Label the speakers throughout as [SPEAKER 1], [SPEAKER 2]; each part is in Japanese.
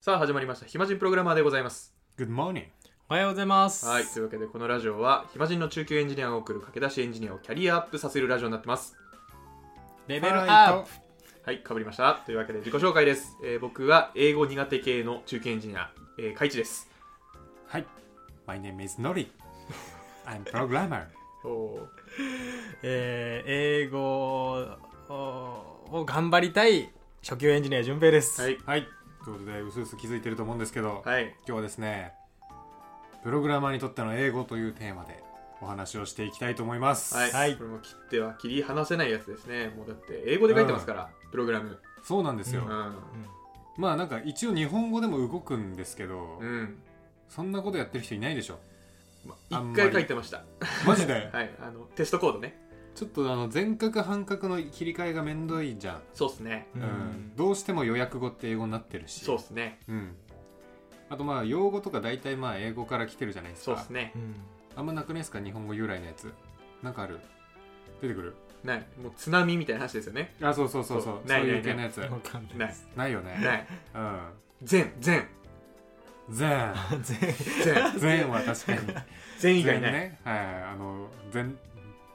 [SPEAKER 1] さあ始まりました暇人プログラマーでございます
[SPEAKER 2] Good morning.
[SPEAKER 3] おはようございます。
[SPEAKER 1] はいというわけでこのラジオは暇人の中級エンジニアを送る駆け出しエンジニアをキャリアアップさせるラジオになってます
[SPEAKER 3] レベルアップ。
[SPEAKER 1] はいかぶりましたというわけで自己紹介です、えー僕は英語苦手系の中級エンジニア、えー、カイチです
[SPEAKER 2] はい。My name is Nori. I'm programmer.
[SPEAKER 1] おー
[SPEAKER 3] えー、英語をを頑張りたい初級エンジニア順平です。
[SPEAKER 1] はい
[SPEAKER 2] はい。ということで、うすうす気づいてると思うんですけど、
[SPEAKER 1] はい
[SPEAKER 2] 今日はですね、プログラマーにとっての英語というテーマでお話をしていきたいと思います。
[SPEAKER 1] はい、
[SPEAKER 3] はい
[SPEAKER 1] これも切っては切り離せないやつですねもうだって英語で書いてますから、プログラム
[SPEAKER 2] そうなんですよ。
[SPEAKER 1] うん
[SPEAKER 2] まあなんか一応日本語でも動くんですけど、
[SPEAKER 1] うん
[SPEAKER 2] そんなことやってる人いないでしょ。
[SPEAKER 1] ま
[SPEAKER 2] あ
[SPEAKER 1] 一
[SPEAKER 2] んまり
[SPEAKER 1] 回書いてました
[SPEAKER 2] マジで
[SPEAKER 1] はいあのテストコードね
[SPEAKER 2] ちょっとあの全角半角の切り替えがめんどいじゃん。
[SPEAKER 1] そうっすね
[SPEAKER 3] う
[SPEAKER 2] うんん。どうしても予約語って英語になってるし。
[SPEAKER 1] そうっすね
[SPEAKER 2] うん。あとまあ用語とか大体まあ英語から来てるじゃないですか。
[SPEAKER 1] そうっすね
[SPEAKER 3] うん
[SPEAKER 2] あんまなくないですか日本語由来のやつなんかある出てくる
[SPEAKER 1] ないもう津波みたいな話ですよね
[SPEAKER 2] あそうそうそうそ
[SPEAKER 1] そう
[SPEAKER 2] うそう
[SPEAKER 1] ない
[SPEAKER 2] いう系のやつ
[SPEAKER 3] わかんない
[SPEAKER 1] な
[SPEAKER 3] で
[SPEAKER 1] い
[SPEAKER 3] す。
[SPEAKER 2] ないよ ね
[SPEAKER 1] ない
[SPEAKER 2] うん
[SPEAKER 1] 全全
[SPEAKER 2] 全
[SPEAKER 1] 全
[SPEAKER 2] 全は確かに
[SPEAKER 1] 全以外
[SPEAKER 2] 全
[SPEAKER 1] ない、
[SPEAKER 2] ねはいあの全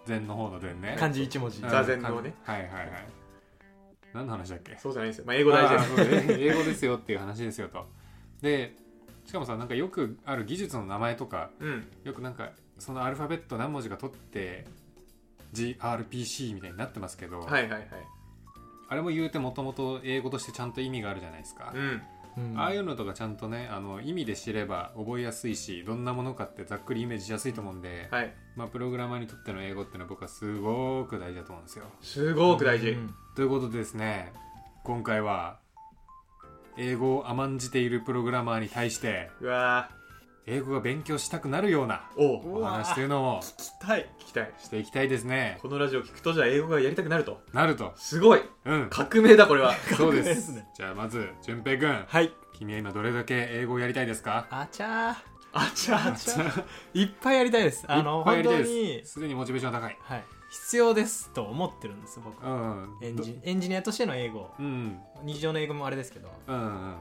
[SPEAKER 2] 全の方の全ね
[SPEAKER 3] 漢字一文字。
[SPEAKER 2] うん
[SPEAKER 1] 座禅のね
[SPEAKER 2] はいはいはい何の話だっけ
[SPEAKER 1] そうじゃないですよ、まあ、英語大事です
[SPEAKER 2] あーそうね英語ですよっていう話ですよとでしかもさなんかよくある技術の名前とか
[SPEAKER 1] うん
[SPEAKER 2] よくなんかそのアルファベット何文字か取って GRPC みたいになってますけど、
[SPEAKER 1] はいはいはい
[SPEAKER 2] あれも言うてもともと英語としてちゃんと意味があるじゃないですか
[SPEAKER 1] う、ん
[SPEAKER 3] うん
[SPEAKER 2] ああいうのとかちゃんとねあの意味で知れば覚えやすいしどんなものかってざっくりイメージしやすいと思うんで、
[SPEAKER 1] はい
[SPEAKER 2] まあ、プログラマーにとっての英語っていうのは僕はすごく大事だと思うんですよ
[SPEAKER 1] すごく大事、
[SPEAKER 3] うん
[SPEAKER 2] ということでですね今回は英語を甘んじているプログラマーに対して
[SPEAKER 1] うわ
[SPEAKER 2] 英語が勉強したくなるような
[SPEAKER 1] ーおう
[SPEAKER 2] お話というのを
[SPEAKER 3] 聞きたい。
[SPEAKER 1] 聞きたい
[SPEAKER 2] していきたいですね
[SPEAKER 1] このラジオ聞くとじゃあ英語がやりたくなると
[SPEAKER 2] なると
[SPEAKER 1] すごい
[SPEAKER 2] うん
[SPEAKER 1] 革命だこれ は
[SPEAKER 2] そうで
[SPEAKER 3] ですすね
[SPEAKER 2] じゃあまず淳平君
[SPEAKER 3] はい。
[SPEAKER 2] 君は今どれだけ英語をやりたいですか
[SPEAKER 3] あちゃ
[SPEAKER 1] あちゃ
[SPEAKER 3] ー。あちゃー。いっぱいやりたいです。あ
[SPEAKER 2] い
[SPEAKER 3] の、
[SPEAKER 2] っぱいや
[SPEAKER 3] 本
[SPEAKER 2] りた
[SPEAKER 3] 当
[SPEAKER 2] い
[SPEAKER 3] に
[SPEAKER 2] で、すすでにモチベーションは高い
[SPEAKER 3] はい。必要ですと思ってるんです、僕
[SPEAKER 2] う。ん
[SPEAKER 3] エンジエンジニアとしての英語。
[SPEAKER 2] うんうん
[SPEAKER 3] 日常の英語もあれですけど。
[SPEAKER 2] うんうん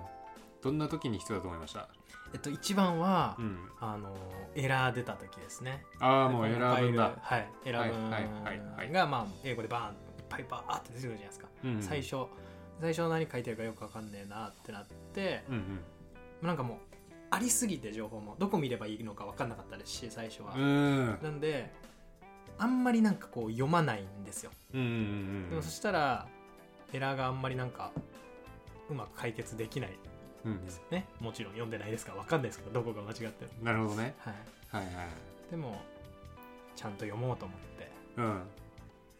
[SPEAKER 2] どんな時に必要だと思いました
[SPEAKER 3] えっと、一番は
[SPEAKER 2] う、ん
[SPEAKER 3] あの、エラー出た時ですね。
[SPEAKER 2] ああもう選ぶんだ
[SPEAKER 3] はい選ぶん
[SPEAKER 2] はいはいはい
[SPEAKER 3] がまあ英語でバーンいっぱいバーって出てくるじゃないですか、
[SPEAKER 2] うん
[SPEAKER 3] 最初最初何書いてるかよくわかんねえなってなって
[SPEAKER 2] うんうん
[SPEAKER 3] なんかもうありすぎて情報もどこ見ればいいのかわかんなかったですし最初は、
[SPEAKER 2] うん
[SPEAKER 3] なんであんまりなんかこう読まないんですよ、
[SPEAKER 2] うんうん
[SPEAKER 3] でもそしたらエラーがあんまりなんかうまく解決できないで
[SPEAKER 2] うん
[SPEAKER 3] すよねもちろん読んでないですからわかんないですけどどこが間違ってるの
[SPEAKER 2] なるほどね
[SPEAKER 3] はい
[SPEAKER 2] はいはい
[SPEAKER 3] でもちゃんと読もうと思って
[SPEAKER 2] うん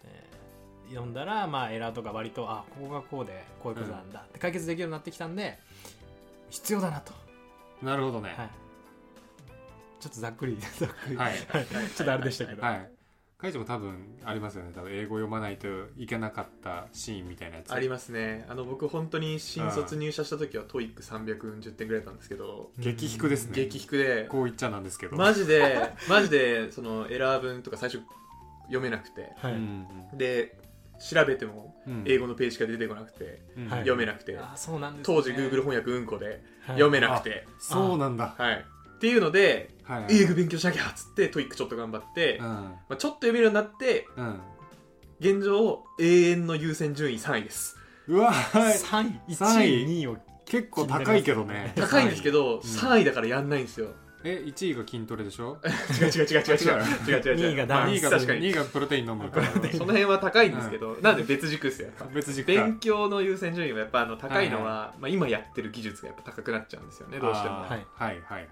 [SPEAKER 3] えー読んだら、まあ、エラーとか割とあここがこうでこういうことなんだって解決できるようになってきたんで、必要だなと、
[SPEAKER 2] なるほどね
[SPEAKER 3] はい、ちょっとざっくりざっくり、
[SPEAKER 2] はい
[SPEAKER 3] はい ちょっとあれでしたけど、
[SPEAKER 2] はいカイジも多分ありますよね多分英語読まないといけなかったシーンみたいなやつ
[SPEAKER 1] ありますねあの僕本当に新卒入社した時はトイック340点ぐらいだったんですけど
[SPEAKER 2] 激低ですね
[SPEAKER 1] 激低で
[SPEAKER 2] こう言っちゃなんですけど
[SPEAKER 1] マジでマジでそのエラー文とか最初読めなくて
[SPEAKER 3] はい、
[SPEAKER 2] うん
[SPEAKER 1] で調べても
[SPEAKER 2] うんうん
[SPEAKER 1] 英語のページしか出てこなくて、
[SPEAKER 2] うん
[SPEAKER 3] はい
[SPEAKER 1] 読めなくて
[SPEAKER 3] あそうなんです、ね、
[SPEAKER 1] 当時 Google 翻訳うんこで
[SPEAKER 3] はい
[SPEAKER 1] 読めなくて、
[SPEAKER 2] そうなんだ
[SPEAKER 1] はいっていうので
[SPEAKER 2] はいはい
[SPEAKER 1] 英語勉強しなきゃっつってトイックちょっと頑張って、
[SPEAKER 2] う
[SPEAKER 1] ま
[SPEAKER 2] ん
[SPEAKER 1] あ、ちょっと読めるようになって
[SPEAKER 2] うん
[SPEAKER 1] 現状永遠の優先順位3位です
[SPEAKER 2] うわはい
[SPEAKER 3] 3位1
[SPEAKER 2] 三位
[SPEAKER 3] 位2位を
[SPEAKER 2] 結構高いけどね
[SPEAKER 1] 高いんですけど、
[SPEAKER 2] ん
[SPEAKER 1] 3位だからやんないんですよ
[SPEAKER 2] え1位が筋トレで しょ
[SPEAKER 1] 違う違う違う違う違う違う違う違う
[SPEAKER 3] 二位が
[SPEAKER 1] まあ
[SPEAKER 3] ダンス
[SPEAKER 2] 2位が
[SPEAKER 1] 確か
[SPEAKER 2] 2
[SPEAKER 1] に
[SPEAKER 2] 位がプロテイン飲むから
[SPEAKER 1] その辺は高いんですけど、なんで別軸ですよやっぱ
[SPEAKER 2] 別軸か
[SPEAKER 1] 勉強の優先順位はやっぱあの高いのは、まあ、今やってる技術がやっぱ高くなっちゃうんですよねどうしても
[SPEAKER 2] あーはいはいはい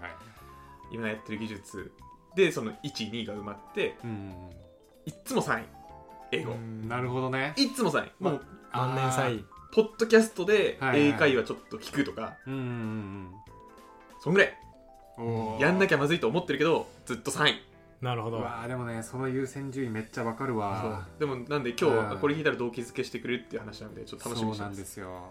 [SPEAKER 1] 今やってる技術でその12が埋まって
[SPEAKER 2] うん
[SPEAKER 1] いっつも3位英語、
[SPEAKER 2] なるほどね
[SPEAKER 1] いっつも3位もう
[SPEAKER 3] 万年
[SPEAKER 2] あ
[SPEAKER 3] 3
[SPEAKER 2] ー
[SPEAKER 3] 位
[SPEAKER 1] ポッドキャストで
[SPEAKER 2] はいはい
[SPEAKER 1] 英会話ちょっと聞くとか、
[SPEAKER 2] うんうん
[SPEAKER 1] そんぐらい
[SPEAKER 2] うんおー
[SPEAKER 1] やんなきゃまずいと思ってるけどずっと3位
[SPEAKER 3] なるほ
[SPEAKER 2] う
[SPEAKER 3] ど
[SPEAKER 2] わーでもねその優先順位めっちゃわかるわ
[SPEAKER 1] そうでもなんで今
[SPEAKER 2] う
[SPEAKER 1] 日
[SPEAKER 2] ん
[SPEAKER 1] これ聞いたら動機づけしてくれるっていう話なんでちょっと楽しみに
[SPEAKER 2] そう
[SPEAKER 1] して
[SPEAKER 2] なん
[SPEAKER 1] ます
[SPEAKER 2] ですよ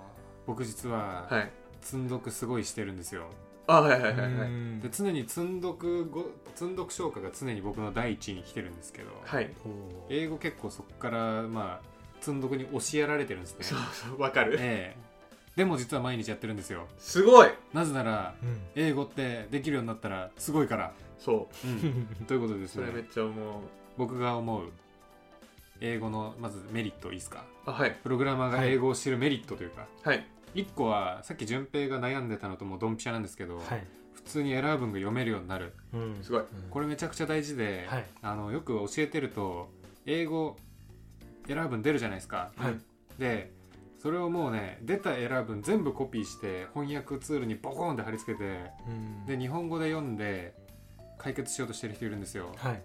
[SPEAKER 2] 僕実は
[SPEAKER 1] はい
[SPEAKER 2] 積んどくすごいしてるんですよ
[SPEAKER 1] あはいはいは
[SPEAKER 3] う
[SPEAKER 1] いはい
[SPEAKER 3] ん
[SPEAKER 2] で常に積んどくご積んどく消化が常に僕の第一位に来てるんですけど
[SPEAKER 1] はい
[SPEAKER 3] おー
[SPEAKER 2] 英語結構そこからまあ積んどくに押しやられてるんですね
[SPEAKER 1] そうそうわかる
[SPEAKER 2] ええでも実は毎日やってるんですよ
[SPEAKER 1] すごい
[SPEAKER 2] なぜなら
[SPEAKER 3] うん
[SPEAKER 2] 英語ってできるようになったらすごいから、
[SPEAKER 1] そう
[SPEAKER 2] うん ということでです
[SPEAKER 1] それめ
[SPEAKER 2] ね
[SPEAKER 1] っちゃ思う
[SPEAKER 2] 僕が思う英語のまずメリットいいですか
[SPEAKER 1] あはい
[SPEAKER 2] プログラマーが英語を知るメリットというか、
[SPEAKER 1] はい
[SPEAKER 2] 一1個はさっき順平が悩んでたのともうドンピシャなんですけど、
[SPEAKER 3] はい、
[SPEAKER 2] 普通にエラー文が読めるようになる
[SPEAKER 3] うん
[SPEAKER 1] すごい
[SPEAKER 3] うん
[SPEAKER 2] これめちゃくちゃ大事で、
[SPEAKER 3] はい
[SPEAKER 2] あのよく教えてると英語エラー文出るじゃないですか、
[SPEAKER 1] はい
[SPEAKER 2] でそれをもうね出たエラー文全部コピーして翻訳ツールにボコーンって貼り付けて
[SPEAKER 3] うん
[SPEAKER 2] で日本語で読んで解決しようとしてる人いるんですよ
[SPEAKER 3] はい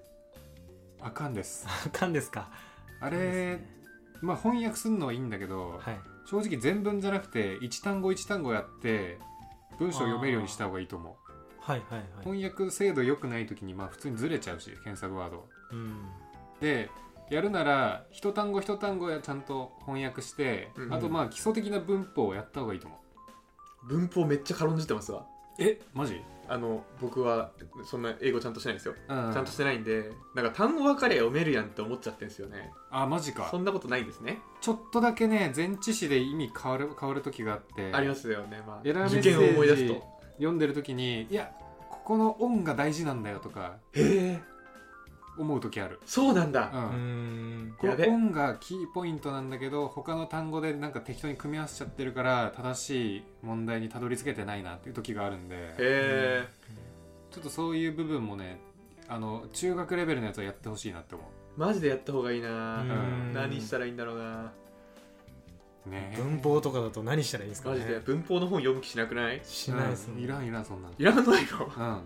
[SPEAKER 2] あかんです
[SPEAKER 3] あかんですか
[SPEAKER 2] あ
[SPEAKER 3] あ
[SPEAKER 2] れ、まあ翻訳するのはいいんだけど、
[SPEAKER 3] はい
[SPEAKER 2] 正直全文じゃなくて一単語一単語やって文章を読めるようにした方がいいと思
[SPEAKER 3] はいは
[SPEAKER 2] う
[SPEAKER 3] いはい
[SPEAKER 2] 翻訳精度良くない時にまあ普通にずれちゃうし検索ワード
[SPEAKER 3] うん
[SPEAKER 2] でやるなら一単語一単語やちゃんと翻訳して、
[SPEAKER 1] うん
[SPEAKER 2] あとまあ基礎的な文法をやった方がいいと思う
[SPEAKER 1] 文法めっちゃ軽んじてますわ
[SPEAKER 2] えマジ、
[SPEAKER 1] あの僕はそんな英語ちゃんとしてないんですよ
[SPEAKER 2] うん
[SPEAKER 1] ちゃんとしてないんでなんか単語分かりゃ読めるやんって思っちゃってるんですよね
[SPEAKER 2] あマジか
[SPEAKER 1] そんなことないんですね
[SPEAKER 2] ちょっとだけね前置詞で意味変わる変わる時があって
[SPEAKER 1] ありますよねま
[SPEAKER 2] エラ
[SPEAKER 1] あ
[SPEAKER 2] ーメ
[SPEAKER 1] 受
[SPEAKER 2] ッセージ
[SPEAKER 1] 験を思い出すと
[SPEAKER 2] 読んでる時にいやここの音が大事なんだよとか
[SPEAKER 1] へえ
[SPEAKER 2] 思う時ある、
[SPEAKER 1] そうなんだ
[SPEAKER 2] う
[SPEAKER 3] うんん
[SPEAKER 2] この
[SPEAKER 1] やべ
[SPEAKER 2] 音がキーポイントなんだけど他の単語でなんか適当に組み合わせちゃってるから正しい問題にたどり着けてないなっていう時があるんで
[SPEAKER 1] へえ
[SPEAKER 2] ちょっとそういう部分もねあの中学レベルのやつはやってほしいなって思
[SPEAKER 1] マジでやった方がいいな
[SPEAKER 3] うん
[SPEAKER 1] 何したらいいんだろうな
[SPEAKER 2] うね
[SPEAKER 3] 文法とかだと何したらいいんですか
[SPEAKER 1] マ
[SPEAKER 3] ね
[SPEAKER 1] ジで文法の本読む気しなくない
[SPEAKER 3] しないですも
[SPEAKER 2] うんんいらんいらんそんなの
[SPEAKER 1] いらないの
[SPEAKER 2] う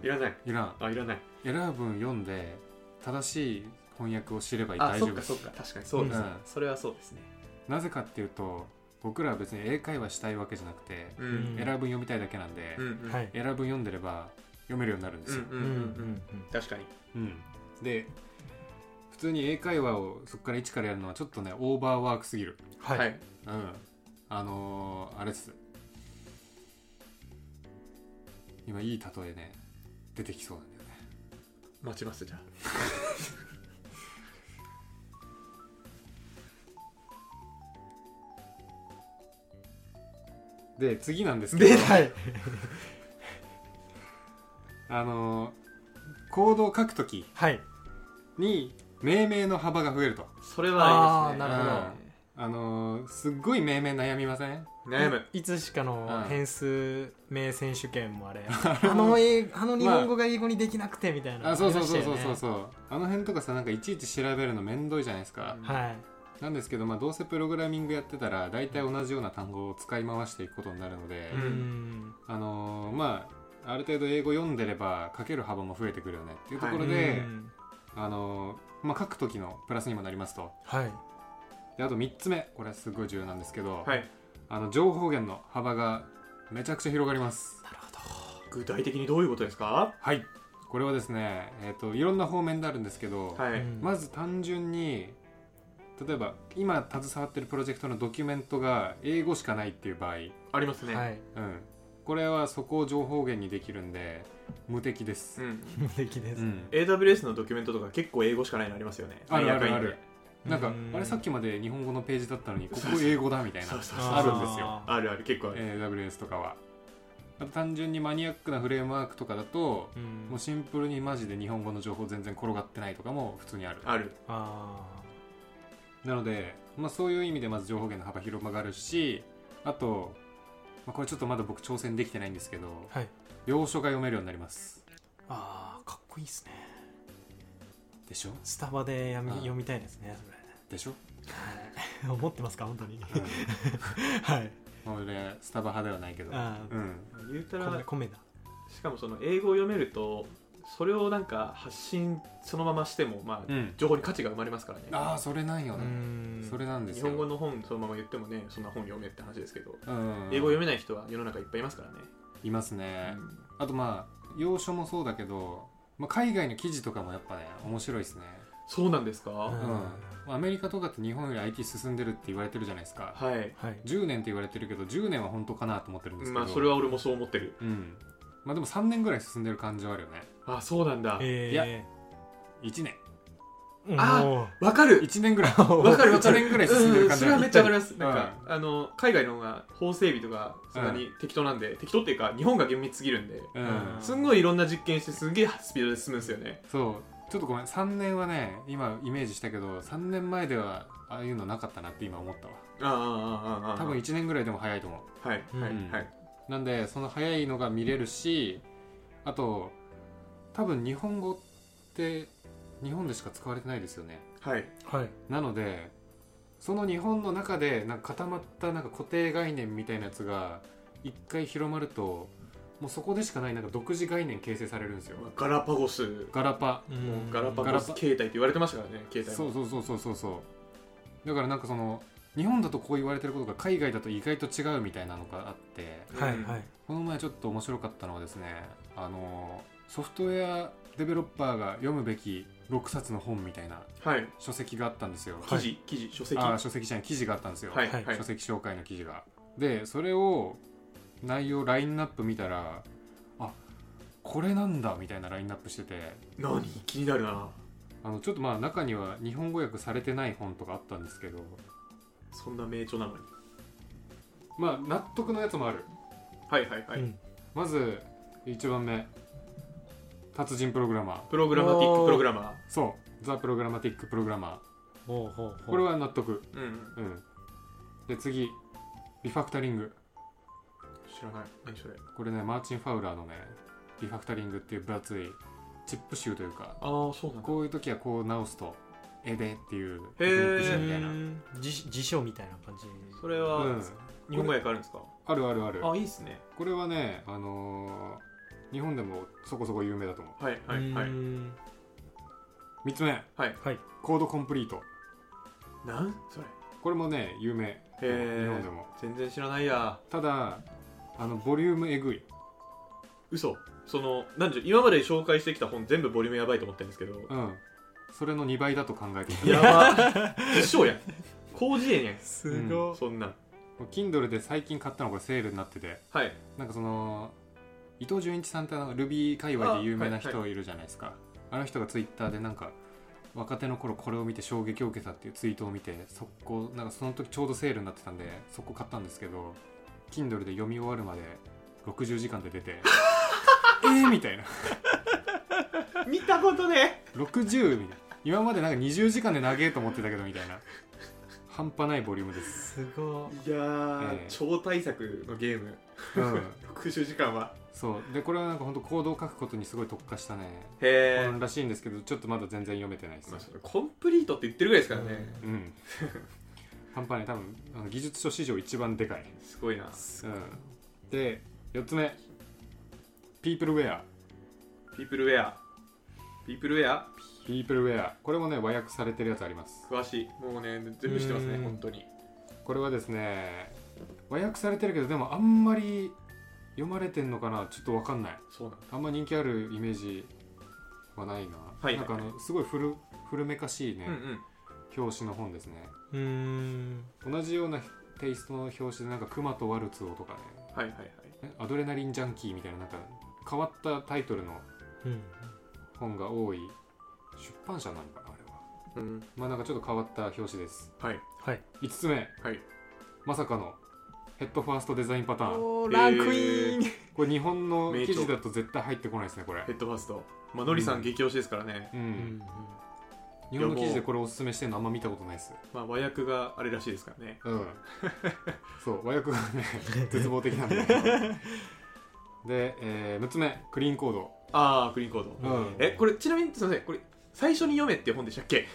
[SPEAKER 2] ん
[SPEAKER 1] いらない
[SPEAKER 2] いらん
[SPEAKER 1] あいらない
[SPEAKER 2] エラー文読んで正しい翻訳を知れば
[SPEAKER 1] あ
[SPEAKER 2] 大丈
[SPEAKER 1] そっ
[SPEAKER 2] 夫
[SPEAKER 1] か
[SPEAKER 2] で
[SPEAKER 1] そっ
[SPEAKER 2] す
[SPEAKER 1] か確かにそうですね
[SPEAKER 2] うん
[SPEAKER 1] それはそうですね
[SPEAKER 2] なぜかっていうと僕らは別に英会話したいわけじゃなくて、
[SPEAKER 1] うん
[SPEAKER 2] エラー文読みたいだけなんで、
[SPEAKER 1] うんうん
[SPEAKER 3] はい
[SPEAKER 2] エラー文読んでれば読めるようになるんで
[SPEAKER 1] うん
[SPEAKER 2] す
[SPEAKER 1] うん
[SPEAKER 2] よ、
[SPEAKER 1] うんうん確かに
[SPEAKER 2] うんで普通に英会話をそこから一からやるのはちょっとねオーバーワークすぎる
[SPEAKER 3] はい、
[SPEAKER 1] はい
[SPEAKER 2] うんあのーあれっす今いい例えね出てきそうなんだよね
[SPEAKER 1] 待ちますじゃあ
[SPEAKER 2] で次なんですけど
[SPEAKER 1] 出
[SPEAKER 3] はい
[SPEAKER 2] あのーコードを書くとき
[SPEAKER 3] はい
[SPEAKER 2] に命名の幅が増えると
[SPEAKER 1] それはいいですね
[SPEAKER 3] あーなるほ
[SPEAKER 2] どあのーすっごい命名悩みません
[SPEAKER 1] ど悩む
[SPEAKER 3] いいつしかの
[SPEAKER 2] うん
[SPEAKER 3] 変数名選手権もあれ あの英あの日本語が英語にできなくてみたいな
[SPEAKER 2] あそうそうそうそう
[SPEAKER 3] あり
[SPEAKER 2] そ
[SPEAKER 3] ま
[SPEAKER 2] う
[SPEAKER 3] したよ
[SPEAKER 2] そう、あの辺とかさなんかいちいち調べるのめんどいじゃないですか、
[SPEAKER 1] うん
[SPEAKER 3] ね
[SPEAKER 2] なんですけど、まあ、どうせプログラミングやってたら大体同じような単語を使い回していくことになるので、
[SPEAKER 1] う
[SPEAKER 3] は
[SPEAKER 1] ん
[SPEAKER 3] いうん
[SPEAKER 2] あのーまあある程度英語読んでれば書ける幅も増えてくるよねっていうところで、
[SPEAKER 3] うん
[SPEAKER 2] あのーまあ、書く時のプラスにもなりますと
[SPEAKER 3] はい
[SPEAKER 2] であと3つ目これすごい重要なんですけど、
[SPEAKER 1] はい
[SPEAKER 2] あの情報源の幅がめちゃくちゃ広がります
[SPEAKER 3] なるほど
[SPEAKER 1] 具体的にどういうことですか
[SPEAKER 2] はいこれはですね、えー、といろんな方面であるんですけど、
[SPEAKER 1] は
[SPEAKER 3] う
[SPEAKER 1] い
[SPEAKER 3] ん
[SPEAKER 2] まず単純に例えば今携わってるプロジェクトのドキュメントが英語しかないっていう場合、
[SPEAKER 1] ありますね
[SPEAKER 3] はい
[SPEAKER 2] うん、これはそこを情報源にできるんで無敵で
[SPEAKER 1] う
[SPEAKER 2] す、
[SPEAKER 1] ん
[SPEAKER 3] 無敵です、
[SPEAKER 2] うん
[SPEAKER 1] AWS のドキュメントとか結構英語しかないのありますよね
[SPEAKER 2] ある
[SPEAKER 1] な
[SPEAKER 2] あ
[SPEAKER 1] ん
[SPEAKER 2] る
[SPEAKER 1] や
[SPEAKER 2] あ
[SPEAKER 1] かんや
[SPEAKER 2] るなんか
[SPEAKER 3] うん
[SPEAKER 2] あれさっきまで日本語のページだったのにここ英語だみたいな
[SPEAKER 1] そうそうそう
[SPEAKER 2] あるんですよ
[SPEAKER 3] あ
[SPEAKER 1] あるある結構ある
[SPEAKER 2] AWS とかはあと単純にマニアックなフレームワークとかだと
[SPEAKER 3] ーうん
[SPEAKER 2] もうシンプルにマジで日本語の情報全然転がってないとかも普通にある
[SPEAKER 1] ある
[SPEAKER 3] あ
[SPEAKER 2] なので、まあ、そういう意味でまず情報源の幅広がるしあと、まあ、これちょっとまだ僕挑戦できてないんですけど
[SPEAKER 3] ーはい
[SPEAKER 2] 要所が読めるようになります
[SPEAKER 3] あーかっこいいですね
[SPEAKER 2] でしょ
[SPEAKER 3] スタバでやみ
[SPEAKER 2] うん
[SPEAKER 3] 読みたいですね
[SPEAKER 2] でしょ、
[SPEAKER 3] それ 思ってますか本当に
[SPEAKER 2] うん
[SPEAKER 3] はい
[SPEAKER 2] まあ俺スタバ派ではないけど
[SPEAKER 3] あー
[SPEAKER 2] うん
[SPEAKER 1] 言うた
[SPEAKER 3] 米
[SPEAKER 1] ら
[SPEAKER 3] 米だ
[SPEAKER 1] しかもその英語を読めるとそれをなんか発信そのまましてもまあ
[SPEAKER 2] うん
[SPEAKER 1] 情報に価値が生まれますからね
[SPEAKER 2] ああそれなん
[SPEAKER 3] う
[SPEAKER 2] よね、
[SPEAKER 3] ん
[SPEAKER 2] それなんです
[SPEAKER 1] 日
[SPEAKER 2] よ
[SPEAKER 1] 本語の本そのまま言ってもねそんな本読めって話ですけど
[SPEAKER 2] うん
[SPEAKER 1] 英語読めない人は世の中いっぱいいますからね
[SPEAKER 2] いますね、あとまあ要所もそうだけど、まあ、海外の記事とかもやっぱね面白いですね
[SPEAKER 1] そうなんです
[SPEAKER 3] う
[SPEAKER 1] か
[SPEAKER 3] ん
[SPEAKER 2] うんアメリカとかって日本より IT 進んでるって言われてるじゃないですか
[SPEAKER 1] はい
[SPEAKER 3] はい
[SPEAKER 2] 10年って言われてるけど10年は本当かなと思ってるんですけど
[SPEAKER 1] まあそれは俺もそう思ってる
[SPEAKER 2] うんまあでも3年ぐらい進んでる感じはあるよね
[SPEAKER 1] あそうなんだ
[SPEAKER 3] えー、
[SPEAKER 2] いや1年
[SPEAKER 1] あ
[SPEAKER 3] も
[SPEAKER 1] わかる
[SPEAKER 2] 1年ぐらい
[SPEAKER 1] わかるわか
[SPEAKER 2] 1
[SPEAKER 1] る
[SPEAKER 2] 年ぐらい進ん
[SPEAKER 1] う
[SPEAKER 2] でる
[SPEAKER 1] ん、
[SPEAKER 2] 感じ
[SPEAKER 1] それはめっちゃわかりますなんか、あの海外の方が法整備とかそんなに適当なんで、適当っていうか日本が厳密すぎるんで、
[SPEAKER 2] うん、
[SPEAKER 3] うん
[SPEAKER 1] すんごいいろんな実験してすんげえスピードで進むんですよね
[SPEAKER 2] そうちょっとごめん3年はね今イメージしたけど3年前ではああいうのなかったなって今思ったわ
[SPEAKER 1] ああああああああ
[SPEAKER 2] 多分1年ぐらいでも早いと思う
[SPEAKER 1] はいはい、
[SPEAKER 2] うん
[SPEAKER 1] はい
[SPEAKER 2] なんでその早いのが見れるしあと多分日本語って日本でしか使われてないですよね
[SPEAKER 1] はい、
[SPEAKER 3] うはい
[SPEAKER 2] なのでその日本の中でなんか固まったなんか固定概念みたいなやつが一回広まるともうそこでしかないなんか独自概念形成されるんですよ
[SPEAKER 1] まあガラパゴス
[SPEAKER 2] ガラパ
[SPEAKER 1] もうガラパ
[SPEAKER 2] ガ
[SPEAKER 1] ゴ
[SPEAKER 2] ラ
[SPEAKER 1] ス
[SPEAKER 2] パ
[SPEAKER 1] 携帯って言われてましたからね携帯
[SPEAKER 2] そう
[SPEAKER 1] も
[SPEAKER 2] そうそうそうそうそうだからなんかその日本だとこう言われてることが海外だと意外と違うみたいなのがあって
[SPEAKER 3] はい
[SPEAKER 1] うん
[SPEAKER 3] はい
[SPEAKER 2] この前ちょっと面白かったのはですねあのソフトウェアデベロッパーが読むべき6冊の本みたいな
[SPEAKER 1] はい
[SPEAKER 2] 書籍があったんですよ、
[SPEAKER 1] 記事、記事書籍
[SPEAKER 2] あ
[SPEAKER 1] は
[SPEAKER 2] ー
[SPEAKER 1] い
[SPEAKER 2] 書籍じゃない記事があったんですよ、
[SPEAKER 1] はい
[SPEAKER 3] はい
[SPEAKER 2] 書籍紹介の記事がでそれを内容ラインナップ見たらあこれなんだみたいなラインナップしてて
[SPEAKER 1] 何気になるな
[SPEAKER 2] あのちょっとまあ中には日本語訳されてない本とかあったんですけど
[SPEAKER 1] そんな名著なのに
[SPEAKER 2] まあ納得のやつもある
[SPEAKER 1] はいはいはい、
[SPEAKER 3] うん
[SPEAKER 2] まず1番目達人プログラマー
[SPEAKER 1] プログラマティックプログラマ
[SPEAKER 2] そうザ・プログラマティック・プログラマ
[SPEAKER 3] ほうほうほう
[SPEAKER 2] ーこれは納得
[SPEAKER 1] ーうん
[SPEAKER 2] うんで次リファクタリング
[SPEAKER 1] 知らない何それ
[SPEAKER 2] これねマーチン・ファウラーのねリファクタリングっていう分厚いチップ集というか
[SPEAKER 1] ああそうなんだ
[SPEAKER 2] こういう時はこう直すとえでっていうテクニック集
[SPEAKER 1] へ
[SPEAKER 2] みたいな、
[SPEAKER 3] うん辞辞書みたいな感じ
[SPEAKER 1] それ
[SPEAKER 2] う
[SPEAKER 1] は、
[SPEAKER 2] ん、
[SPEAKER 1] 日本語訳あるんですか
[SPEAKER 2] あるあるある
[SPEAKER 1] あいいっすね
[SPEAKER 2] これはねあのー日本でもそこそこ有名だと思
[SPEAKER 1] はいはいはいう
[SPEAKER 3] ーん
[SPEAKER 2] う3つ目
[SPEAKER 1] はい
[SPEAKER 3] はい
[SPEAKER 2] コードコンプリート
[SPEAKER 1] なんそれ
[SPEAKER 2] これもね有名日
[SPEAKER 1] へー
[SPEAKER 2] 本でも
[SPEAKER 1] 全然知らないや
[SPEAKER 2] ただあのボリュームえぐい
[SPEAKER 1] 嘘そのなんじゃ今まで紹介してきた本全部ボリュームやばいと思ってるんですけど
[SPEAKER 2] うんそれの2倍だと考えていた
[SPEAKER 1] やば一生やん広辞苑やん
[SPEAKER 3] す
[SPEAKER 2] ご
[SPEAKER 1] そんなん
[SPEAKER 2] Kindle で最近買ったのがセールになってて
[SPEAKER 1] はい
[SPEAKER 2] なんかその伊藤純一さんってあの Ruby 界隈で有名な
[SPEAKER 1] あはい
[SPEAKER 2] 人いるじゃないですかあ,、の人がツイッターでなんか若手の頃これを見て衝撃を受けたっていうツイートを見て速攻なんかその時ちょうどセールになってたんで速攻買ったんですけど Kindle で読み終わるまで60時間で出て えーみたいな
[SPEAKER 1] 見たことね
[SPEAKER 2] 60みたいな今までなんか20時間で長えと思ってたけどみたいな半端ないボリュームです、
[SPEAKER 3] すご
[SPEAKER 1] いやー、
[SPEAKER 2] ええ
[SPEAKER 1] 超大作のゲーム
[SPEAKER 2] うん、
[SPEAKER 1] 60時間は
[SPEAKER 2] そうでこれはなんか本当行動を書くことにすごい特化したね
[SPEAKER 1] へえ、
[SPEAKER 2] 本らしいんですけどちょっとまだ全然読めてないです、
[SPEAKER 1] まあ、それコンプリートって言ってるぐらいですからね、
[SPEAKER 2] うん半端ない多分あの技術書史上一番でかい、
[SPEAKER 1] すごいな
[SPEAKER 2] うん、で4つ目ピープルウェア
[SPEAKER 1] ピープルウェアピープルウェア
[SPEAKER 2] ピープルウェアこれもね和訳されてるやつあります
[SPEAKER 1] 詳しいもうね全部知ってますね
[SPEAKER 3] うん
[SPEAKER 1] 本当に
[SPEAKER 2] これはですね和訳されてるけどでもあんまり読まれてんのかなちょっと分かんない
[SPEAKER 1] そうなんだ
[SPEAKER 2] あんま人気あるイメージはないな、
[SPEAKER 1] はい
[SPEAKER 2] なんかあのすごい古古めかしいね、
[SPEAKER 1] うんうん
[SPEAKER 2] 表紙の本ですね
[SPEAKER 3] うーん
[SPEAKER 2] 同じようなテイストの表紙でなんか「熊とワルツを」とかね
[SPEAKER 1] はいはいはい
[SPEAKER 2] えアドレナリンジャンキーみたいななんか変わったタイトルの
[SPEAKER 3] うん
[SPEAKER 2] 本が多い出版社なのかなあれは
[SPEAKER 1] うん
[SPEAKER 2] まあなんかちょっと変わった表紙です
[SPEAKER 1] はい
[SPEAKER 3] はい
[SPEAKER 2] 5つ目
[SPEAKER 1] はい
[SPEAKER 2] まさかのヘッドファーストデザインパターン
[SPEAKER 3] おー
[SPEAKER 1] えー
[SPEAKER 3] ランクイン
[SPEAKER 2] これ日本の
[SPEAKER 1] 名
[SPEAKER 2] 記
[SPEAKER 1] 著
[SPEAKER 2] 事だと絶対入ってこないですねこれ
[SPEAKER 1] ヘッドファーストまあのりさん激推しですからね、
[SPEAKER 2] うん、
[SPEAKER 3] うん
[SPEAKER 2] 日本の記事でこれおすすめしてるのあんま見たことないです
[SPEAKER 1] まあ和訳があれらしいですからね
[SPEAKER 2] うんそう和訳が ね絶望的なんだよなで、えー、6つ目クリーンコード
[SPEAKER 1] ああクリーンコード、
[SPEAKER 2] うん
[SPEAKER 1] えこれちなみにすいませんこれ最初に読めっていう本でしたっけ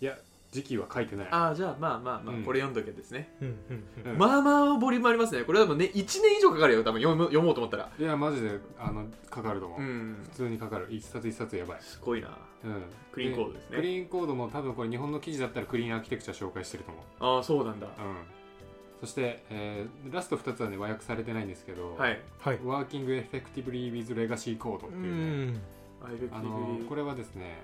[SPEAKER 2] いや時期は書いてない
[SPEAKER 1] ああじゃあまあまあまあ、
[SPEAKER 2] うん
[SPEAKER 1] これ読んどけですね、
[SPEAKER 3] うんうんうん
[SPEAKER 2] うん
[SPEAKER 1] まあまあボリュームありますねこれはもうね1年以上かかるよ多分読む読もうと思ったら
[SPEAKER 2] いやマジであのかかると思う、
[SPEAKER 1] うん
[SPEAKER 2] 普通にかかる一冊一冊やばい
[SPEAKER 1] すごいな
[SPEAKER 2] うん
[SPEAKER 1] クリーンコードですね
[SPEAKER 2] クリーンコードも多分これ日本の記事だったらクリーンアーキテクチャ紹介してると思
[SPEAKER 1] ああそうなんだ
[SPEAKER 2] う、うん、そして、えーラスト2つはね和訳されてないんですけど、
[SPEAKER 1] はい
[SPEAKER 3] はい
[SPEAKER 2] ワーキングエフェクティブリー・ウィズ・レガシー・コードっ
[SPEAKER 3] う
[SPEAKER 2] ていうね、
[SPEAKER 3] ん
[SPEAKER 1] アイベクテ
[SPEAKER 2] あ
[SPEAKER 1] ィ
[SPEAKER 2] の
[SPEAKER 1] ブ
[SPEAKER 2] これはですね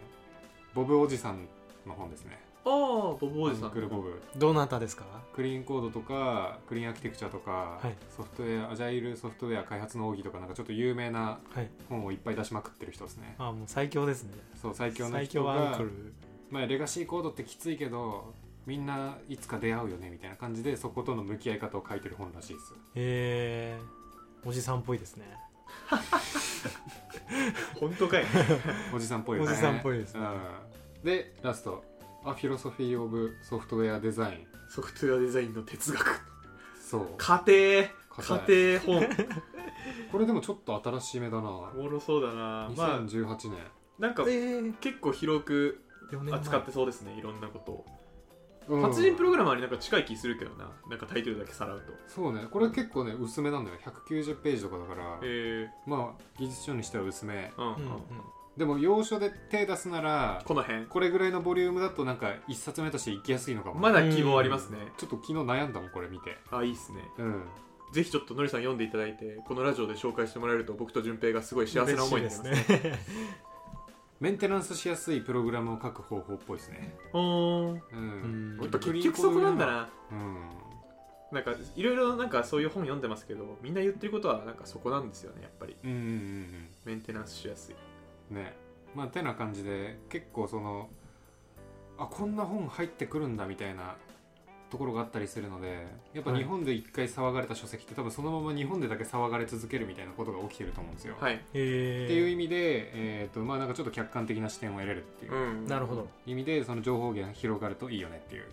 [SPEAKER 2] ボブおじさんの本ですね
[SPEAKER 1] ああボブおじ
[SPEAKER 2] ア
[SPEAKER 1] さ
[SPEAKER 2] ンクルボ
[SPEAKER 1] ん
[SPEAKER 2] ブ
[SPEAKER 3] どなたですか
[SPEAKER 2] クリーンコードとかクリーンアーキテクチャとか、
[SPEAKER 3] はい
[SPEAKER 2] ソフトウェアアジャイルソフトウェア開発の奥義とかなんかちょっと有名な
[SPEAKER 3] はい
[SPEAKER 2] 本をいっぱい出しまくってる人ですね
[SPEAKER 3] あもう最強ですね
[SPEAKER 2] そう最強の
[SPEAKER 3] 最
[SPEAKER 2] 人
[SPEAKER 3] 強アン
[SPEAKER 2] が
[SPEAKER 3] クル
[SPEAKER 2] まあ、レガシーコードってきついけどみんないつか出会うよねみたいな感じでそことの向き合い方を書いてる本らしいです
[SPEAKER 3] へえおじさんっぽいですね
[SPEAKER 1] 本当かい
[SPEAKER 2] おじさんっぽいよね
[SPEAKER 3] おじさんっぽいですね
[SPEAKER 2] うん、でラスト「アフィロソフィー・オブ・ソフトウェア・デザイン
[SPEAKER 1] ソフトウェアデザインの哲学」
[SPEAKER 2] そう
[SPEAKER 1] 家庭
[SPEAKER 2] 硬い
[SPEAKER 1] 家庭本
[SPEAKER 2] これでもちょっと新しめだな
[SPEAKER 1] おもろそうだなまあ
[SPEAKER 2] 2018年、
[SPEAKER 1] なんか
[SPEAKER 3] えー、
[SPEAKER 1] 結構広く
[SPEAKER 3] 4年前
[SPEAKER 1] 扱ってそうですねいろんなことを
[SPEAKER 2] うん
[SPEAKER 1] 達人プログラマーになんか近い気するけどななんかタイトルだけさらうと
[SPEAKER 2] そうねこれ結構ね薄めなんだよ190ページとかだから
[SPEAKER 1] え
[SPEAKER 2] まあ技術書にしては薄め
[SPEAKER 1] ー、うん、
[SPEAKER 3] う
[SPEAKER 1] うんん
[SPEAKER 3] うん
[SPEAKER 2] でも要所で手出すなら
[SPEAKER 1] この辺
[SPEAKER 2] これぐらいのボリュームだとなんか一冊目としていきやすいのかも
[SPEAKER 1] まだ希望ありますね
[SPEAKER 2] ちょっと昨日悩んだもんこれ見て
[SPEAKER 1] あいいっすね
[SPEAKER 2] うん
[SPEAKER 1] ぜひちょっとのりさん読んでいただいてこのラジオで紹介してもらえると僕と順平がすごい幸せな思いになりますね
[SPEAKER 3] 嬉しいですね
[SPEAKER 2] メンテナンスしやすいプログラムを書く方法っぽいですね
[SPEAKER 1] ほーん
[SPEAKER 2] うん
[SPEAKER 3] うん
[SPEAKER 1] やっぱ結局そこなんだな
[SPEAKER 2] うん
[SPEAKER 1] なんかいろいろなんかそういう本読んでますけどみんな言ってることはなんかそこなんですよねやっぱり
[SPEAKER 2] うんうんうん
[SPEAKER 1] メンテナンスしやすい
[SPEAKER 2] うんねまあてな感じで結構そのあこんな本入ってくるんだみたいなところがあったりするのでやっぱ
[SPEAKER 1] はい
[SPEAKER 2] 日本で一回騒がれた書籍って多分そのまま日本でだけ騒がれ続けるみたいなことが起きてると思うんですよ、
[SPEAKER 1] はい
[SPEAKER 3] へえ
[SPEAKER 2] っていう意味で、えーとまあ、なんかちょっと客観的な視点を得れるっていう、
[SPEAKER 1] うん
[SPEAKER 3] なるほど
[SPEAKER 2] 意味でその情報源広がるといいよねっていう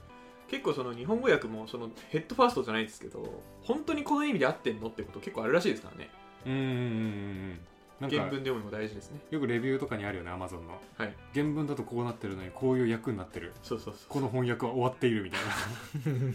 [SPEAKER 1] 結構その日本語訳もそのヘッドファーストじゃないですけど本当にこの意味で合ってんのってこと結構あるらしいですからね
[SPEAKER 2] うんうんうんうん
[SPEAKER 1] 原
[SPEAKER 2] なん
[SPEAKER 1] 文
[SPEAKER 2] か
[SPEAKER 1] で読むのも大事ですね
[SPEAKER 2] よくレビューとかにあるよねアマゾンの
[SPEAKER 1] はい
[SPEAKER 2] 原文だとこうなってるのにこういう役になってる
[SPEAKER 1] そうそうそう
[SPEAKER 2] この翻訳は終わっているみたい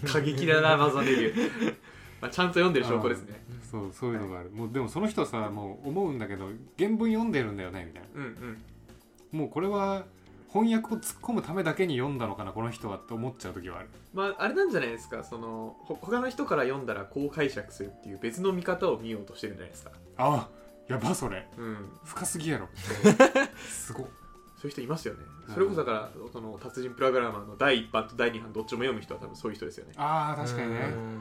[SPEAKER 2] な
[SPEAKER 1] 過激だなマザーデビュー まあちゃんと読んでる証拠ですね
[SPEAKER 2] そうそういうのがあるもうでもその人はさもう思うんだけど原文読んでるんだよねみたいな
[SPEAKER 1] うんうん
[SPEAKER 2] もうこれは翻訳を突っ込むためだけに読んだのかなこの人はって思っちゃう時はある
[SPEAKER 1] まああれなんじゃないですかそのほ他の人から読んだらこう解釈するっていう別の見方を見ようとしてるんじゃないですか
[SPEAKER 2] あやばそれ
[SPEAKER 1] うん
[SPEAKER 2] 深すぎ やろすごっ
[SPEAKER 1] そういう人いますよね
[SPEAKER 2] うん
[SPEAKER 1] それこそだからその達人プログラマーの第1版と第2版どっちも読む人は多分そういう人ですよね
[SPEAKER 2] あー確かにね
[SPEAKER 3] うん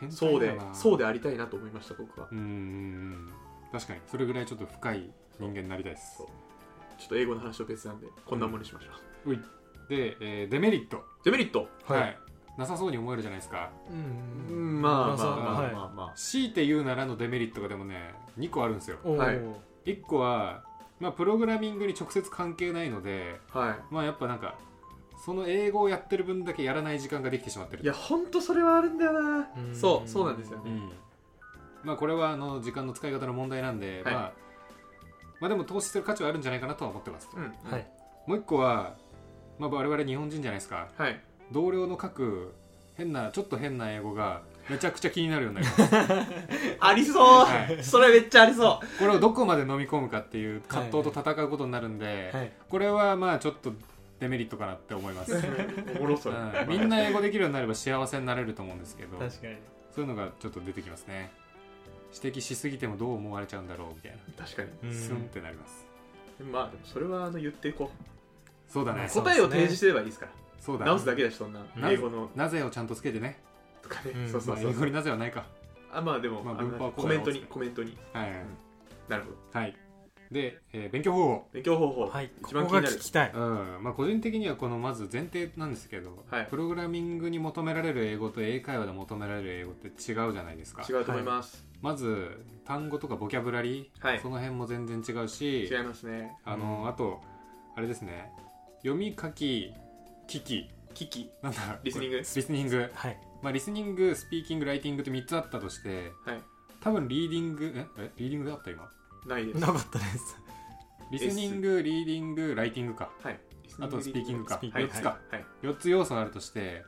[SPEAKER 2] 変態
[SPEAKER 1] そう
[SPEAKER 2] だ
[SPEAKER 1] で
[SPEAKER 2] よな
[SPEAKER 1] そうでありたいなと思いました僕は
[SPEAKER 2] うんうんうん確かにそれぐらいちょっと深い人間になりたいです
[SPEAKER 1] そうちょっと英語の話は別なんでこんなものにしましょう、
[SPEAKER 2] で、えーデメリット
[SPEAKER 1] デメリット
[SPEAKER 2] はい、なさそうに思えるじゃないですか
[SPEAKER 3] うん
[SPEAKER 1] まあまあまあ
[SPEAKER 3] はい
[SPEAKER 1] まあまあ
[SPEAKER 2] 強いて言うならのデメリットがでもね2個あるんですよ
[SPEAKER 3] おお、
[SPEAKER 1] はい
[SPEAKER 2] 1個は、まあ、プログラミングに直接関係ないので
[SPEAKER 1] は
[SPEAKER 2] まあやっぱなんかその英語をやってる分だけやらない時間ができてしまって
[SPEAKER 1] い
[SPEAKER 2] る
[SPEAKER 1] いやほんとそれはあるんだよな
[SPEAKER 3] うん
[SPEAKER 1] そうそうなんですよ
[SPEAKER 2] う
[SPEAKER 1] ね、
[SPEAKER 2] んまあこれはあの時間の使い方の問題なんで、
[SPEAKER 1] はい
[SPEAKER 2] まあまあでも投資する価値はあるんじゃないかなとは思ってます、
[SPEAKER 1] うん
[SPEAKER 3] はい
[SPEAKER 2] もう1個は、まあ、我々日本人じゃないですか
[SPEAKER 1] はい
[SPEAKER 2] 同僚の書く変なちょっと変な英語がめちゃくちゃ気になるようになります
[SPEAKER 1] ありそう、
[SPEAKER 2] は い
[SPEAKER 1] それめっちゃありそ
[SPEAKER 2] これをどこまで飲み込むかっていう葛藤と戦うことになるんで、
[SPEAKER 3] はい
[SPEAKER 2] これはまあちょっとデメリットかなって思います、う
[SPEAKER 1] うおもろ それ、
[SPEAKER 2] ん、みんな英語できるようになれば幸せになれると思うんですけど
[SPEAKER 3] 確かに
[SPEAKER 2] そういうのがちょっと出てきますね指摘しすぎてもどう思われちゃうんだろうみたい
[SPEAKER 1] 確かに
[SPEAKER 3] うん
[SPEAKER 2] なスンってなります
[SPEAKER 1] まあでもそれはあの言っていこ
[SPEAKER 2] そうだね
[SPEAKER 1] う
[SPEAKER 3] そう
[SPEAKER 1] 答えを提示すればいいですから
[SPEAKER 2] そうだ
[SPEAKER 1] 直すだけだしそんな
[SPEAKER 2] な
[SPEAKER 1] 英語の
[SPEAKER 2] なぜをちゃんとつけてね、
[SPEAKER 1] とかね、
[SPEAKER 3] うん
[SPEAKER 1] そうそ
[SPEAKER 2] ま
[SPEAKER 1] う
[SPEAKER 2] あ、
[SPEAKER 1] そ
[SPEAKER 2] 英
[SPEAKER 1] う
[SPEAKER 2] 語になぜはないか
[SPEAKER 1] あまあでも、
[SPEAKER 2] まあ
[SPEAKER 1] あの
[SPEAKER 2] 文法は
[SPEAKER 1] コ
[SPEAKER 2] こうだ
[SPEAKER 1] メ
[SPEAKER 2] よ
[SPEAKER 1] ントに
[SPEAKER 2] つって
[SPEAKER 1] コメントに
[SPEAKER 2] はいはい、
[SPEAKER 1] なるほど
[SPEAKER 2] はい、で、えー勉強方法
[SPEAKER 1] 勉強方法、
[SPEAKER 3] はいこ
[SPEAKER 1] 一
[SPEAKER 3] こ
[SPEAKER 1] 番気
[SPEAKER 3] が
[SPEAKER 1] になる
[SPEAKER 3] 聞きたい
[SPEAKER 2] うんまあ、個人的にはこのまず前提なんですけど、
[SPEAKER 1] はい
[SPEAKER 2] プログラミングに求められる英語と英会話で求められる英語って違うじゃないですか
[SPEAKER 1] 違うと思います、
[SPEAKER 2] まず単語とかボキャブラリー、
[SPEAKER 1] はい
[SPEAKER 2] その辺も全然違うし
[SPEAKER 1] 違いますね
[SPEAKER 2] あの、あとあれですね読み書き聞き
[SPEAKER 1] 危機
[SPEAKER 2] なんだ
[SPEAKER 1] リスニング
[SPEAKER 2] これリスニング、
[SPEAKER 3] はい
[SPEAKER 2] まあ、リスニングスピーキングライティングって3つあったとして
[SPEAKER 1] はい
[SPEAKER 2] 多分リーディングええリーディングであった今
[SPEAKER 1] ないです
[SPEAKER 3] なかったです
[SPEAKER 2] リスニングリーディングライティングか
[SPEAKER 1] はい
[SPEAKER 2] あとスピーキングか
[SPEAKER 3] スピーキン
[SPEAKER 1] はい
[SPEAKER 3] グ
[SPEAKER 2] 4つか、
[SPEAKER 1] はい、
[SPEAKER 2] 4つ要素があるとして、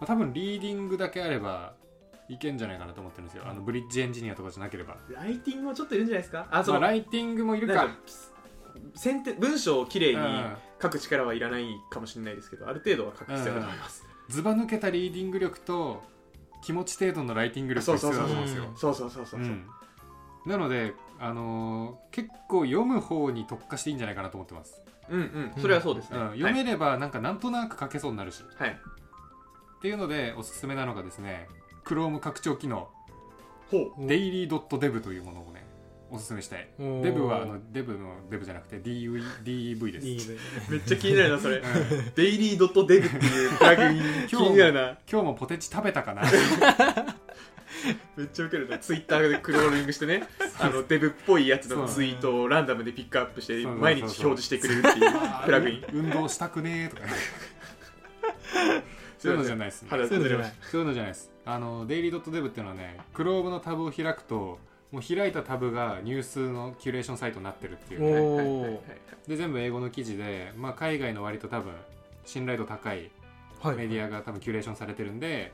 [SPEAKER 2] まあ、多分リーディングだけあればいけんじゃないかなと思ってるんですよあのブリッジエンジニアとかじゃなければ、
[SPEAKER 1] ライティングもちょっといるんじゃないですかあそ
[SPEAKER 2] まあ、
[SPEAKER 1] の、
[SPEAKER 2] ライティングもいる
[SPEAKER 1] な
[SPEAKER 2] か
[SPEAKER 1] んか先手文章をきれいに
[SPEAKER 2] うん
[SPEAKER 1] 書く力はいらないかもしれないですけどある程度は書く必要だと思います、
[SPEAKER 2] ずば抜けたリーディング力と気持ち程度のライティング力
[SPEAKER 1] そ
[SPEAKER 2] が
[SPEAKER 1] う
[SPEAKER 2] 必
[SPEAKER 1] そうそ
[SPEAKER 2] 要だと
[SPEAKER 1] う
[SPEAKER 2] 思うん
[SPEAKER 1] そ
[SPEAKER 2] で
[SPEAKER 1] う
[SPEAKER 2] す
[SPEAKER 1] そ
[SPEAKER 2] よ
[SPEAKER 1] うそうそうそう、
[SPEAKER 2] うんなので、あのー結構読む方に特化していいんじゃないかなと思ってます、
[SPEAKER 1] うんうんそれはそうです
[SPEAKER 2] う
[SPEAKER 1] ね、
[SPEAKER 2] ん、
[SPEAKER 1] は
[SPEAKER 2] 読
[SPEAKER 1] い、
[SPEAKER 2] めればなんかなんとなく書けそうになるし、
[SPEAKER 1] はい、
[SPEAKER 2] っていうのでおすすめなのがですね Chrome 拡張機能
[SPEAKER 1] ほう
[SPEAKER 3] うん
[SPEAKER 2] daily.dev というものをねおすすめしたい
[SPEAKER 3] おー
[SPEAKER 2] デブはあのデブのデブじゃなくて DV, DEV です
[SPEAKER 3] DV
[SPEAKER 1] めっちゃ気になるなそれ
[SPEAKER 2] うん
[SPEAKER 1] デイリードットデブっていうブラグに 気になるな
[SPEAKER 2] 今日もポテチ食べたかな
[SPEAKER 1] めっちゃウケるなツイッターでクローリングしてねあのデブっぽいやつのツイートをランダムでピックアップして
[SPEAKER 2] そう
[SPEAKER 1] 毎日表示してくれるっていうプラグイン
[SPEAKER 2] 運動したくねーとかそういうのじゃないですね
[SPEAKER 1] 肌
[SPEAKER 3] そういうのじゃ
[SPEAKER 1] ま
[SPEAKER 3] な
[SPEAKER 1] し
[SPEAKER 3] い
[SPEAKER 1] た
[SPEAKER 2] そういうのじゃないですあのデイリー .dev っていうのはねクローブのタブを開くともう開いたタブがニュースのキュレーションサイトになってるっていうね
[SPEAKER 3] お
[SPEAKER 1] は
[SPEAKER 3] ー
[SPEAKER 1] いはいはいはい
[SPEAKER 2] で全部英語の記事で、まあ、海外の割と多分信頼度高い
[SPEAKER 3] はい
[SPEAKER 2] メディアが多分キュレーションされてるんで、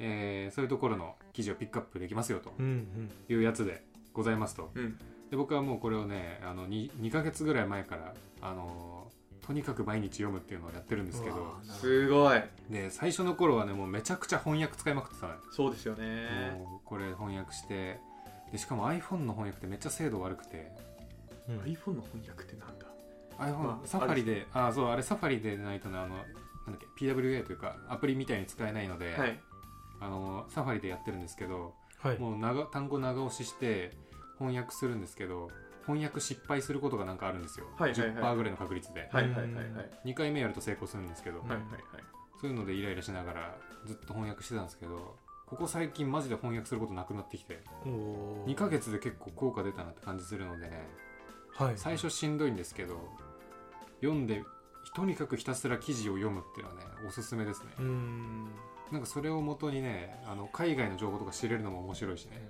[SPEAKER 2] えーそういうところの記事をピックアップできますよと
[SPEAKER 3] うんうん
[SPEAKER 2] いうやつでございますと
[SPEAKER 1] うん
[SPEAKER 2] で僕はもうこれをねあの 2, 2ヶ月ぐらい前から、あのーとにかく毎日読むっていうのをやってるんですけ
[SPEAKER 3] う
[SPEAKER 2] ど
[SPEAKER 3] わー
[SPEAKER 1] すごい
[SPEAKER 2] で最初の頃はねもうめちゃくちゃ翻訳使いまくってたのよ
[SPEAKER 1] そうですよね
[SPEAKER 2] もうこれ翻訳してでしかも iPhone の翻訳ってめっちゃ精度悪くて
[SPEAKER 3] うん
[SPEAKER 1] iPhone の翻訳ってなんだ
[SPEAKER 2] iPhone
[SPEAKER 1] あ
[SPEAKER 2] サファリであそうあれサファリでないとねあのなんだっけ PWA というかアプリみたいに使えないので、
[SPEAKER 1] はい
[SPEAKER 2] あのサファリでやってるんですけど
[SPEAKER 3] はい
[SPEAKER 2] もう長単語長押しして翻訳するんですけど翻訳失敗することがなんかあるんですよ、
[SPEAKER 1] はいはいはい
[SPEAKER 2] 10%ぐらいの確率で、
[SPEAKER 1] はいはいはいはいはい
[SPEAKER 2] 2回目やると成功するんですけど、
[SPEAKER 1] はいはい
[SPEAKER 2] そういうのでイライラしながらずっと翻訳してたんですけどここ最近マジで翻訳することなくなってきて
[SPEAKER 3] お
[SPEAKER 2] 2
[SPEAKER 3] ー
[SPEAKER 2] ヶ月で結構効果出たなって感じするのでね
[SPEAKER 3] はい
[SPEAKER 2] 最初しんどいんですけど読んでとにかくひたすら記事を読むっていうのはねおすすめですね
[SPEAKER 3] うーん
[SPEAKER 2] なんかそれをもとにねあの海外の情報とか知れるのも面白いしね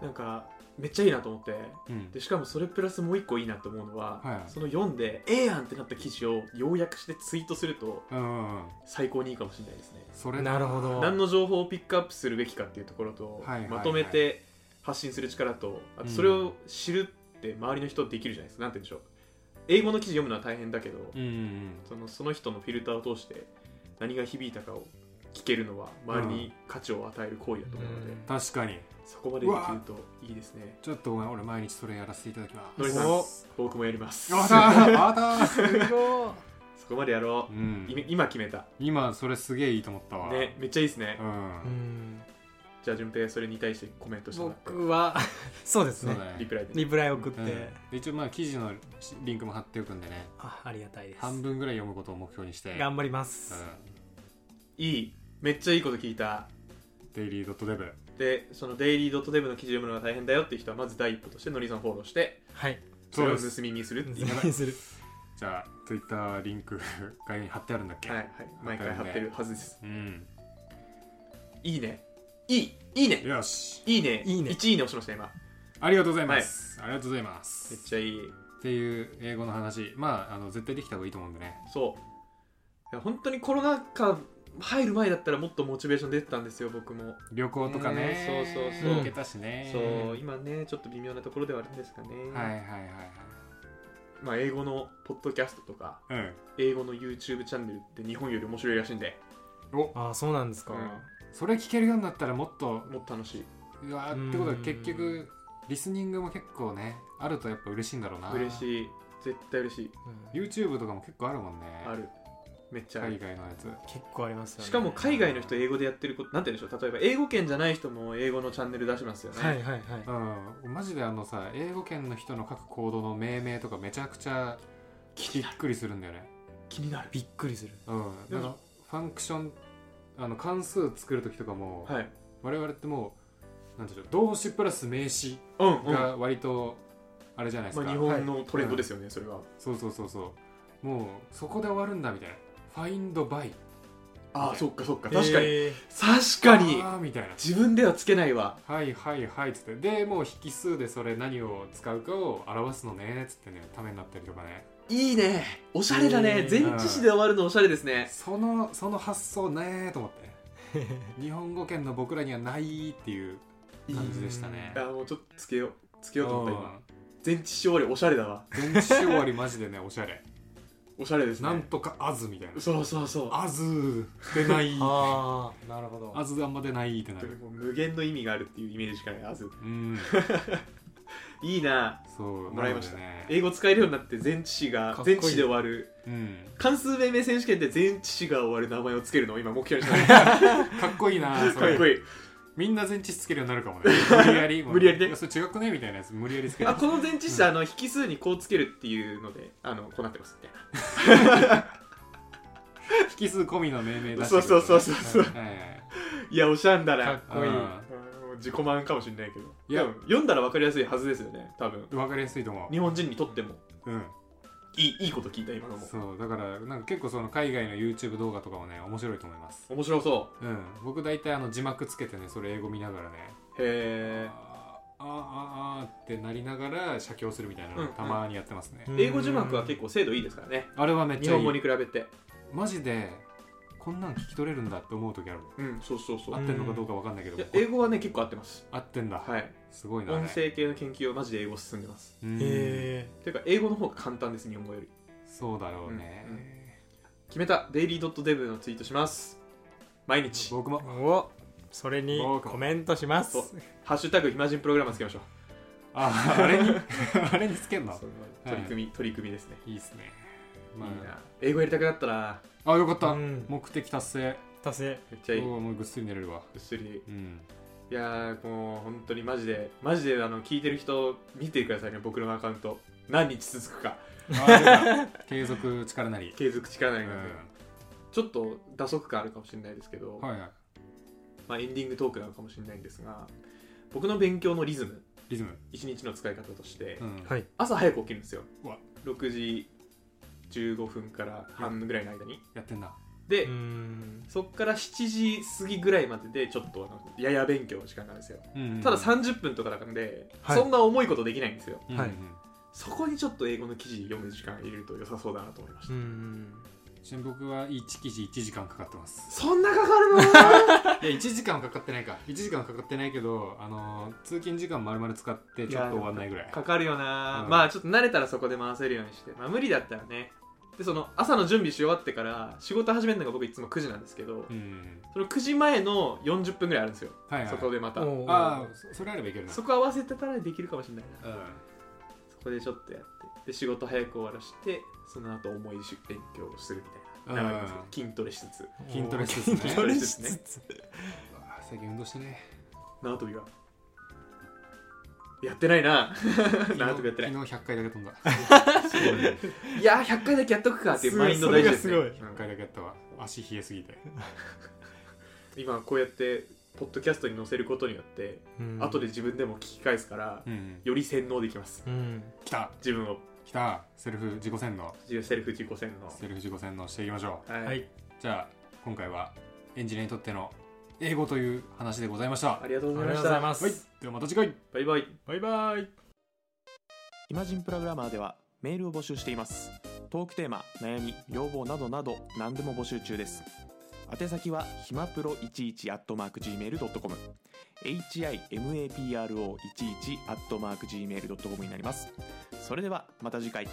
[SPEAKER 1] なんかめっちゃいいなと思って
[SPEAKER 2] うん
[SPEAKER 1] でしかもそれプラスもう一個いいなと思うのは、
[SPEAKER 2] はい
[SPEAKER 1] その読んでええやんってなった記事を要約してツイートすると
[SPEAKER 2] うんうんうん
[SPEAKER 1] 最高にいいかもしれないですね
[SPEAKER 2] それ
[SPEAKER 3] なるほど
[SPEAKER 1] 何の情報をピックアップするべきかっていうところと、
[SPEAKER 2] はいはいはい
[SPEAKER 1] まとめて発信する力とあと
[SPEAKER 2] うん
[SPEAKER 1] それを知るって周りの人できるじゃないですか、なんて言うんでしょう英語の記事読むのは大変だけど、
[SPEAKER 2] うんうんうん
[SPEAKER 1] そのその人のフィルターを通して何が響いたかを聞けるのは周りに価値を与える行為だと思うので、
[SPEAKER 3] うん
[SPEAKER 2] 確かに
[SPEAKER 1] そこまでできるといいですね
[SPEAKER 2] ちょっとごめん俺毎日それやらせていただきま
[SPEAKER 1] のり
[SPEAKER 2] す
[SPEAKER 1] さん
[SPEAKER 2] お
[SPEAKER 1] 僕もやります
[SPEAKER 2] あたあた
[SPEAKER 3] すごい
[SPEAKER 1] そこまでやろ
[SPEAKER 2] う
[SPEAKER 1] う、
[SPEAKER 2] ん
[SPEAKER 1] い今決めた
[SPEAKER 2] 今それすげえいいと思ったわ
[SPEAKER 1] ねめっちゃいいですね
[SPEAKER 2] う、ん
[SPEAKER 3] うん
[SPEAKER 1] じゃあ順平それに対してコメントしてもらって
[SPEAKER 3] 僕は そうです
[SPEAKER 2] そう
[SPEAKER 3] ね
[SPEAKER 2] だね
[SPEAKER 1] リプライで
[SPEAKER 3] リプライ送って、
[SPEAKER 2] うんで一応まあ記事のリンクも貼っておくんでね
[SPEAKER 3] あありがたいです
[SPEAKER 2] 半分ぐらい読むことを目標にして
[SPEAKER 3] 頑張ります、
[SPEAKER 1] いいめっちゃいいこと聞いた
[SPEAKER 2] デイリー .dev
[SPEAKER 1] でそのデイリー .dev の記事読むのが大変だよっていう人はまず第一歩としてのりさんフォローして
[SPEAKER 3] はい
[SPEAKER 1] それを
[SPEAKER 2] そうです
[SPEAKER 1] 盗み見するっていう
[SPEAKER 2] ばい
[SPEAKER 3] 全員する
[SPEAKER 2] じゃあ Twitter リンク概要に貼ってあるんだっけ、
[SPEAKER 1] はいはい毎回貼ってるはずです
[SPEAKER 2] うん
[SPEAKER 1] いいねいいいいね
[SPEAKER 2] よし
[SPEAKER 1] いいね
[SPEAKER 3] いいね
[SPEAKER 1] 1いいね押しました今
[SPEAKER 2] ありがとうございます、ありがとうございます
[SPEAKER 1] めっちゃいい
[SPEAKER 2] っていう英語の話まああの絶対できた方がいいと思うんでね
[SPEAKER 1] そういや本当にコロナ禍入る前だったらもっとモチベーション出てたんですよ僕も
[SPEAKER 2] 旅行とかね
[SPEAKER 1] ねそうそうそう
[SPEAKER 2] 行けたしね
[SPEAKER 1] そう今ねちょっと微妙なところではあるんですがね、
[SPEAKER 2] はいはいはい
[SPEAKER 1] まあ、英語のポッドキャストとか
[SPEAKER 2] はい
[SPEAKER 1] 英語の YouTube チャンネルって日本より面白いらしいんで、
[SPEAKER 2] うんお
[SPEAKER 3] ああそうなんですか、
[SPEAKER 1] う
[SPEAKER 2] それ聞けるようになったらもっと
[SPEAKER 1] ん、もっと楽しいう
[SPEAKER 2] わーってことは結
[SPEAKER 3] うん
[SPEAKER 2] 局リスニングも結構ねあるとやっぱ嬉しいんだろうな
[SPEAKER 1] 嬉しい絶対嬉しい
[SPEAKER 3] うん
[SPEAKER 2] YouTube とかも結構あるもんね
[SPEAKER 1] あるめっちゃあ
[SPEAKER 2] 海
[SPEAKER 1] る
[SPEAKER 2] 外のやつ
[SPEAKER 3] 結構ありますよね
[SPEAKER 1] しかも海外の人英語でやってることなんて言うんでしょう例えば英語圏じゃない人も英語のチャンネル出しますよね、
[SPEAKER 3] はいはいはい
[SPEAKER 2] うんマジであのさ英語圏の人の各行動の命名とかめちゃくちゃ
[SPEAKER 1] 気
[SPEAKER 2] びっ
[SPEAKER 1] になる
[SPEAKER 2] くりするんだよね
[SPEAKER 1] 気になる
[SPEAKER 3] びっくりする
[SPEAKER 2] うん
[SPEAKER 1] で
[SPEAKER 2] だ
[SPEAKER 1] も
[SPEAKER 2] からファンクションあの関数作る時とかも、
[SPEAKER 1] はい
[SPEAKER 2] 我々ってもうなんていうんでしょう動詞プラス名詞
[SPEAKER 1] うんうんま
[SPEAKER 2] が割とあれじゃないです
[SPEAKER 1] あ、
[SPEAKER 2] か、
[SPEAKER 1] 日
[SPEAKER 2] はい
[SPEAKER 1] 本のトレンドですよね、それは
[SPEAKER 2] そうそうそうそうもうそこで終わるんだみたいなファインドバイ
[SPEAKER 1] あ
[SPEAKER 2] は
[SPEAKER 1] あ
[SPEAKER 2] い
[SPEAKER 1] そっかそっか確かに
[SPEAKER 3] えー
[SPEAKER 1] 確かに
[SPEAKER 2] あーみたいな
[SPEAKER 1] 自分ではつけないわ
[SPEAKER 2] はいはいはいっつってでもう引数でそれ何を使うかを表すのねっつってねためになったりとかね
[SPEAKER 1] いいねおしゃれだね
[SPEAKER 3] うん
[SPEAKER 1] 前置詞で終わるのおしゃれですね
[SPEAKER 2] そのその発想ねーと思って日本語圏の僕らにはないっていう感じでしたね
[SPEAKER 1] あーもうちょっとつけようつけようと思った今
[SPEAKER 2] うん
[SPEAKER 1] 前置詞終わりおしゃれだわ
[SPEAKER 2] 全知終わりマジでねおしゃれ
[SPEAKER 1] おしゃれです
[SPEAKER 2] なん
[SPEAKER 1] ね
[SPEAKER 2] とかあずみたいな
[SPEAKER 1] そうそうそう
[SPEAKER 2] あずー出ない
[SPEAKER 3] ああなるほど
[SPEAKER 2] あずあんま出ないってなる
[SPEAKER 1] もう無限の意味があるっていうイメージしかないあず
[SPEAKER 2] うん
[SPEAKER 1] いいな
[SPEAKER 2] そう
[SPEAKER 1] もらいました
[SPEAKER 2] なのでね
[SPEAKER 1] 英語使えるようになって前置詞
[SPEAKER 3] か
[SPEAKER 1] が
[SPEAKER 3] っこいい
[SPEAKER 1] 前置詞で終わる
[SPEAKER 2] うん
[SPEAKER 1] 関数命名 選手権で前置詞が終わる名前をつけるのを今目標にしたか
[SPEAKER 2] かっこいいなそ
[SPEAKER 1] っ
[SPEAKER 2] れ
[SPEAKER 1] こいい
[SPEAKER 2] みんな全知識つけるようになる かもね無理やり
[SPEAKER 1] 無理やりね
[SPEAKER 2] いそれ違くねみたいなやつ無理やりつける
[SPEAKER 1] あこの前置詞、あの引数にこうつけるっていうのであのこうなってますみたいな
[SPEAKER 2] 引数込みの命名だし
[SPEAKER 1] そうそうそうそうそう
[SPEAKER 2] はいはいはい
[SPEAKER 1] いやおしゃんだな
[SPEAKER 3] かっ
[SPEAKER 2] こいい
[SPEAKER 1] うんもう自己満かもしれないけど
[SPEAKER 2] いや
[SPEAKER 1] 多分読んだら分かりやすいはずですよね多分
[SPEAKER 2] わかりやすいと思
[SPEAKER 1] 日本人にとっても
[SPEAKER 2] ううん
[SPEAKER 1] いいいいこと聞いた今のも
[SPEAKER 2] そうだからなんか結構その海外の YouTube 動画とかもね面白いと思います
[SPEAKER 1] 面白そ
[SPEAKER 2] うん僕大体あの字幕つけてねそれ英語見ながらね
[SPEAKER 1] うへ
[SPEAKER 2] あーあーあーってなりながら写経するみたいなの
[SPEAKER 1] うん
[SPEAKER 2] たまにやってますね、
[SPEAKER 3] う
[SPEAKER 1] え
[SPEAKER 3] ん
[SPEAKER 1] 英語字幕は結構精度いいですからね
[SPEAKER 2] あれはめっ
[SPEAKER 1] 日
[SPEAKER 2] ちゃい
[SPEAKER 1] 本語
[SPEAKER 2] い
[SPEAKER 1] に比べて
[SPEAKER 2] マジでこんなん聞き取れるんだって思う時あるもん
[SPEAKER 1] うんそうそうそう
[SPEAKER 2] 合ってんのかどうかわかんないけど
[SPEAKER 1] いや英語はね結構合ってます
[SPEAKER 2] 合ってんだ、
[SPEAKER 1] はい
[SPEAKER 2] すごいなあれ
[SPEAKER 1] 音声系の研究はマジで英語進んでます
[SPEAKER 2] うん
[SPEAKER 3] え
[SPEAKER 1] ていうか英語の方が簡単です日本語より
[SPEAKER 2] そうだろうね、
[SPEAKER 1] うん決めたデイリー .dev のツイートします毎日
[SPEAKER 2] 僕も
[SPEAKER 3] ー、おそれにコメントします
[SPEAKER 1] お「ハッシュタグ暇人プログラマー」つけましょう
[SPEAKER 2] ああれに あれにつけんの
[SPEAKER 1] その取り組み、取り組みですね、
[SPEAKER 2] いいっすね、
[SPEAKER 1] いいな英語やりたくなったら
[SPEAKER 2] あよかった、
[SPEAKER 3] うん
[SPEAKER 2] 目的達成
[SPEAKER 3] 達成
[SPEAKER 1] めっちゃいい、
[SPEAKER 2] 今日はもうぐっすり寝れるわ
[SPEAKER 1] ぐっすり
[SPEAKER 2] うん
[SPEAKER 1] いやーもう本当にマジでマジであの聞いてる人見てくださいね僕のアカウント何日続くか
[SPEAKER 2] あ継続力 なり、
[SPEAKER 1] 継続力な
[SPEAKER 2] う
[SPEAKER 1] りなんで、
[SPEAKER 2] ん、
[SPEAKER 1] ちょっと打足感あるかもしれないですけど、
[SPEAKER 2] はいはい
[SPEAKER 1] まあ、エンディングトークなのかもしれないんですが僕の勉強のリズム
[SPEAKER 2] リズム、
[SPEAKER 1] 一日の使い方として、
[SPEAKER 2] うん
[SPEAKER 3] はい
[SPEAKER 1] 朝早く起きるんですよ
[SPEAKER 2] うわ
[SPEAKER 1] 6時15分から半ぐらいの間に
[SPEAKER 2] やってんな
[SPEAKER 1] で、
[SPEAKER 3] うん
[SPEAKER 1] そっから7時過ぎぐらいまででちょっとあのやや勉強の時間なんですよ
[SPEAKER 2] うん
[SPEAKER 1] ただ30分とかなんで、
[SPEAKER 3] はい
[SPEAKER 1] そんな重いことできないんですよ
[SPEAKER 2] うん
[SPEAKER 3] はい
[SPEAKER 2] うん
[SPEAKER 1] そこにちょっと英語の記事読む時間入れると良さそうだなと思いまし
[SPEAKER 3] う
[SPEAKER 1] た、
[SPEAKER 3] ん
[SPEAKER 2] ちなみに僕は1記事1時間かかってます
[SPEAKER 1] そんなかかるの
[SPEAKER 2] いや1時間はかかってないか1時間はかかってないけど、あのー通勤時間丸々使ってちょっと終わんないぐら い
[SPEAKER 1] かかるよな、
[SPEAKER 2] うん
[SPEAKER 1] まあちょっと慣れたらそこで回せるようにしてまあ無理だったらねでその朝の準備し終わってから仕事始めるのが僕いつも9時なんですけど、
[SPEAKER 2] うん
[SPEAKER 1] その9時前の40分ぐらいあるんですよ、
[SPEAKER 2] はいはい
[SPEAKER 1] そこでまた
[SPEAKER 3] おう
[SPEAKER 2] ああそそれあればいけるな
[SPEAKER 1] そこ合わせてたらできるかもしれないな
[SPEAKER 2] うん
[SPEAKER 1] そこでちょっとやってで仕事早く終わらしてその後重いし勉強をするみたいな流れですよ
[SPEAKER 2] うん
[SPEAKER 1] 筋トレしつつ
[SPEAKER 2] 筋トレしつつね
[SPEAKER 3] 筋トレしつつ
[SPEAKER 2] うわ最近運動してね
[SPEAKER 1] 縄跳びはやってないな縄跳びやってない
[SPEAKER 2] 昨日100回だけ飛んだ
[SPEAKER 1] いやー100回だけやっとくかっていうマインド大事ですね
[SPEAKER 3] すごいそれがす
[SPEAKER 1] うん
[SPEAKER 2] 100回だけやったわ足冷えすぎて
[SPEAKER 1] 今こうやってポッドキャストに載せることによって、
[SPEAKER 3] うん
[SPEAKER 1] 後で自分でも聞き返すから、
[SPEAKER 2] うん
[SPEAKER 1] より洗脳できます
[SPEAKER 3] うん
[SPEAKER 2] きた
[SPEAKER 1] 自分を
[SPEAKER 2] きたセルフ自己洗脳
[SPEAKER 1] 自セルフ自己洗
[SPEAKER 2] セルフ自己洗脳していきましょ
[SPEAKER 1] 脳はい、
[SPEAKER 3] はい
[SPEAKER 2] うじゃあ今回はエンジニアにとっての英語という話でございました
[SPEAKER 1] ありがとう
[SPEAKER 3] あ
[SPEAKER 1] ご
[SPEAKER 3] り
[SPEAKER 1] ざい
[SPEAKER 3] が
[SPEAKER 1] ま
[SPEAKER 3] と
[SPEAKER 1] し
[SPEAKER 3] うござ
[SPEAKER 1] た
[SPEAKER 3] います、
[SPEAKER 2] はいではまた次回
[SPEAKER 1] バイバイ
[SPEAKER 3] バイバイ
[SPEAKER 4] 暇人プログラマーではメールを募集していますトークテーマ悩み要望などなど何でも募集中です宛先はひまプロ11 at mark gmail.com himapro11 at mark gmail.com になりますそれではまた次回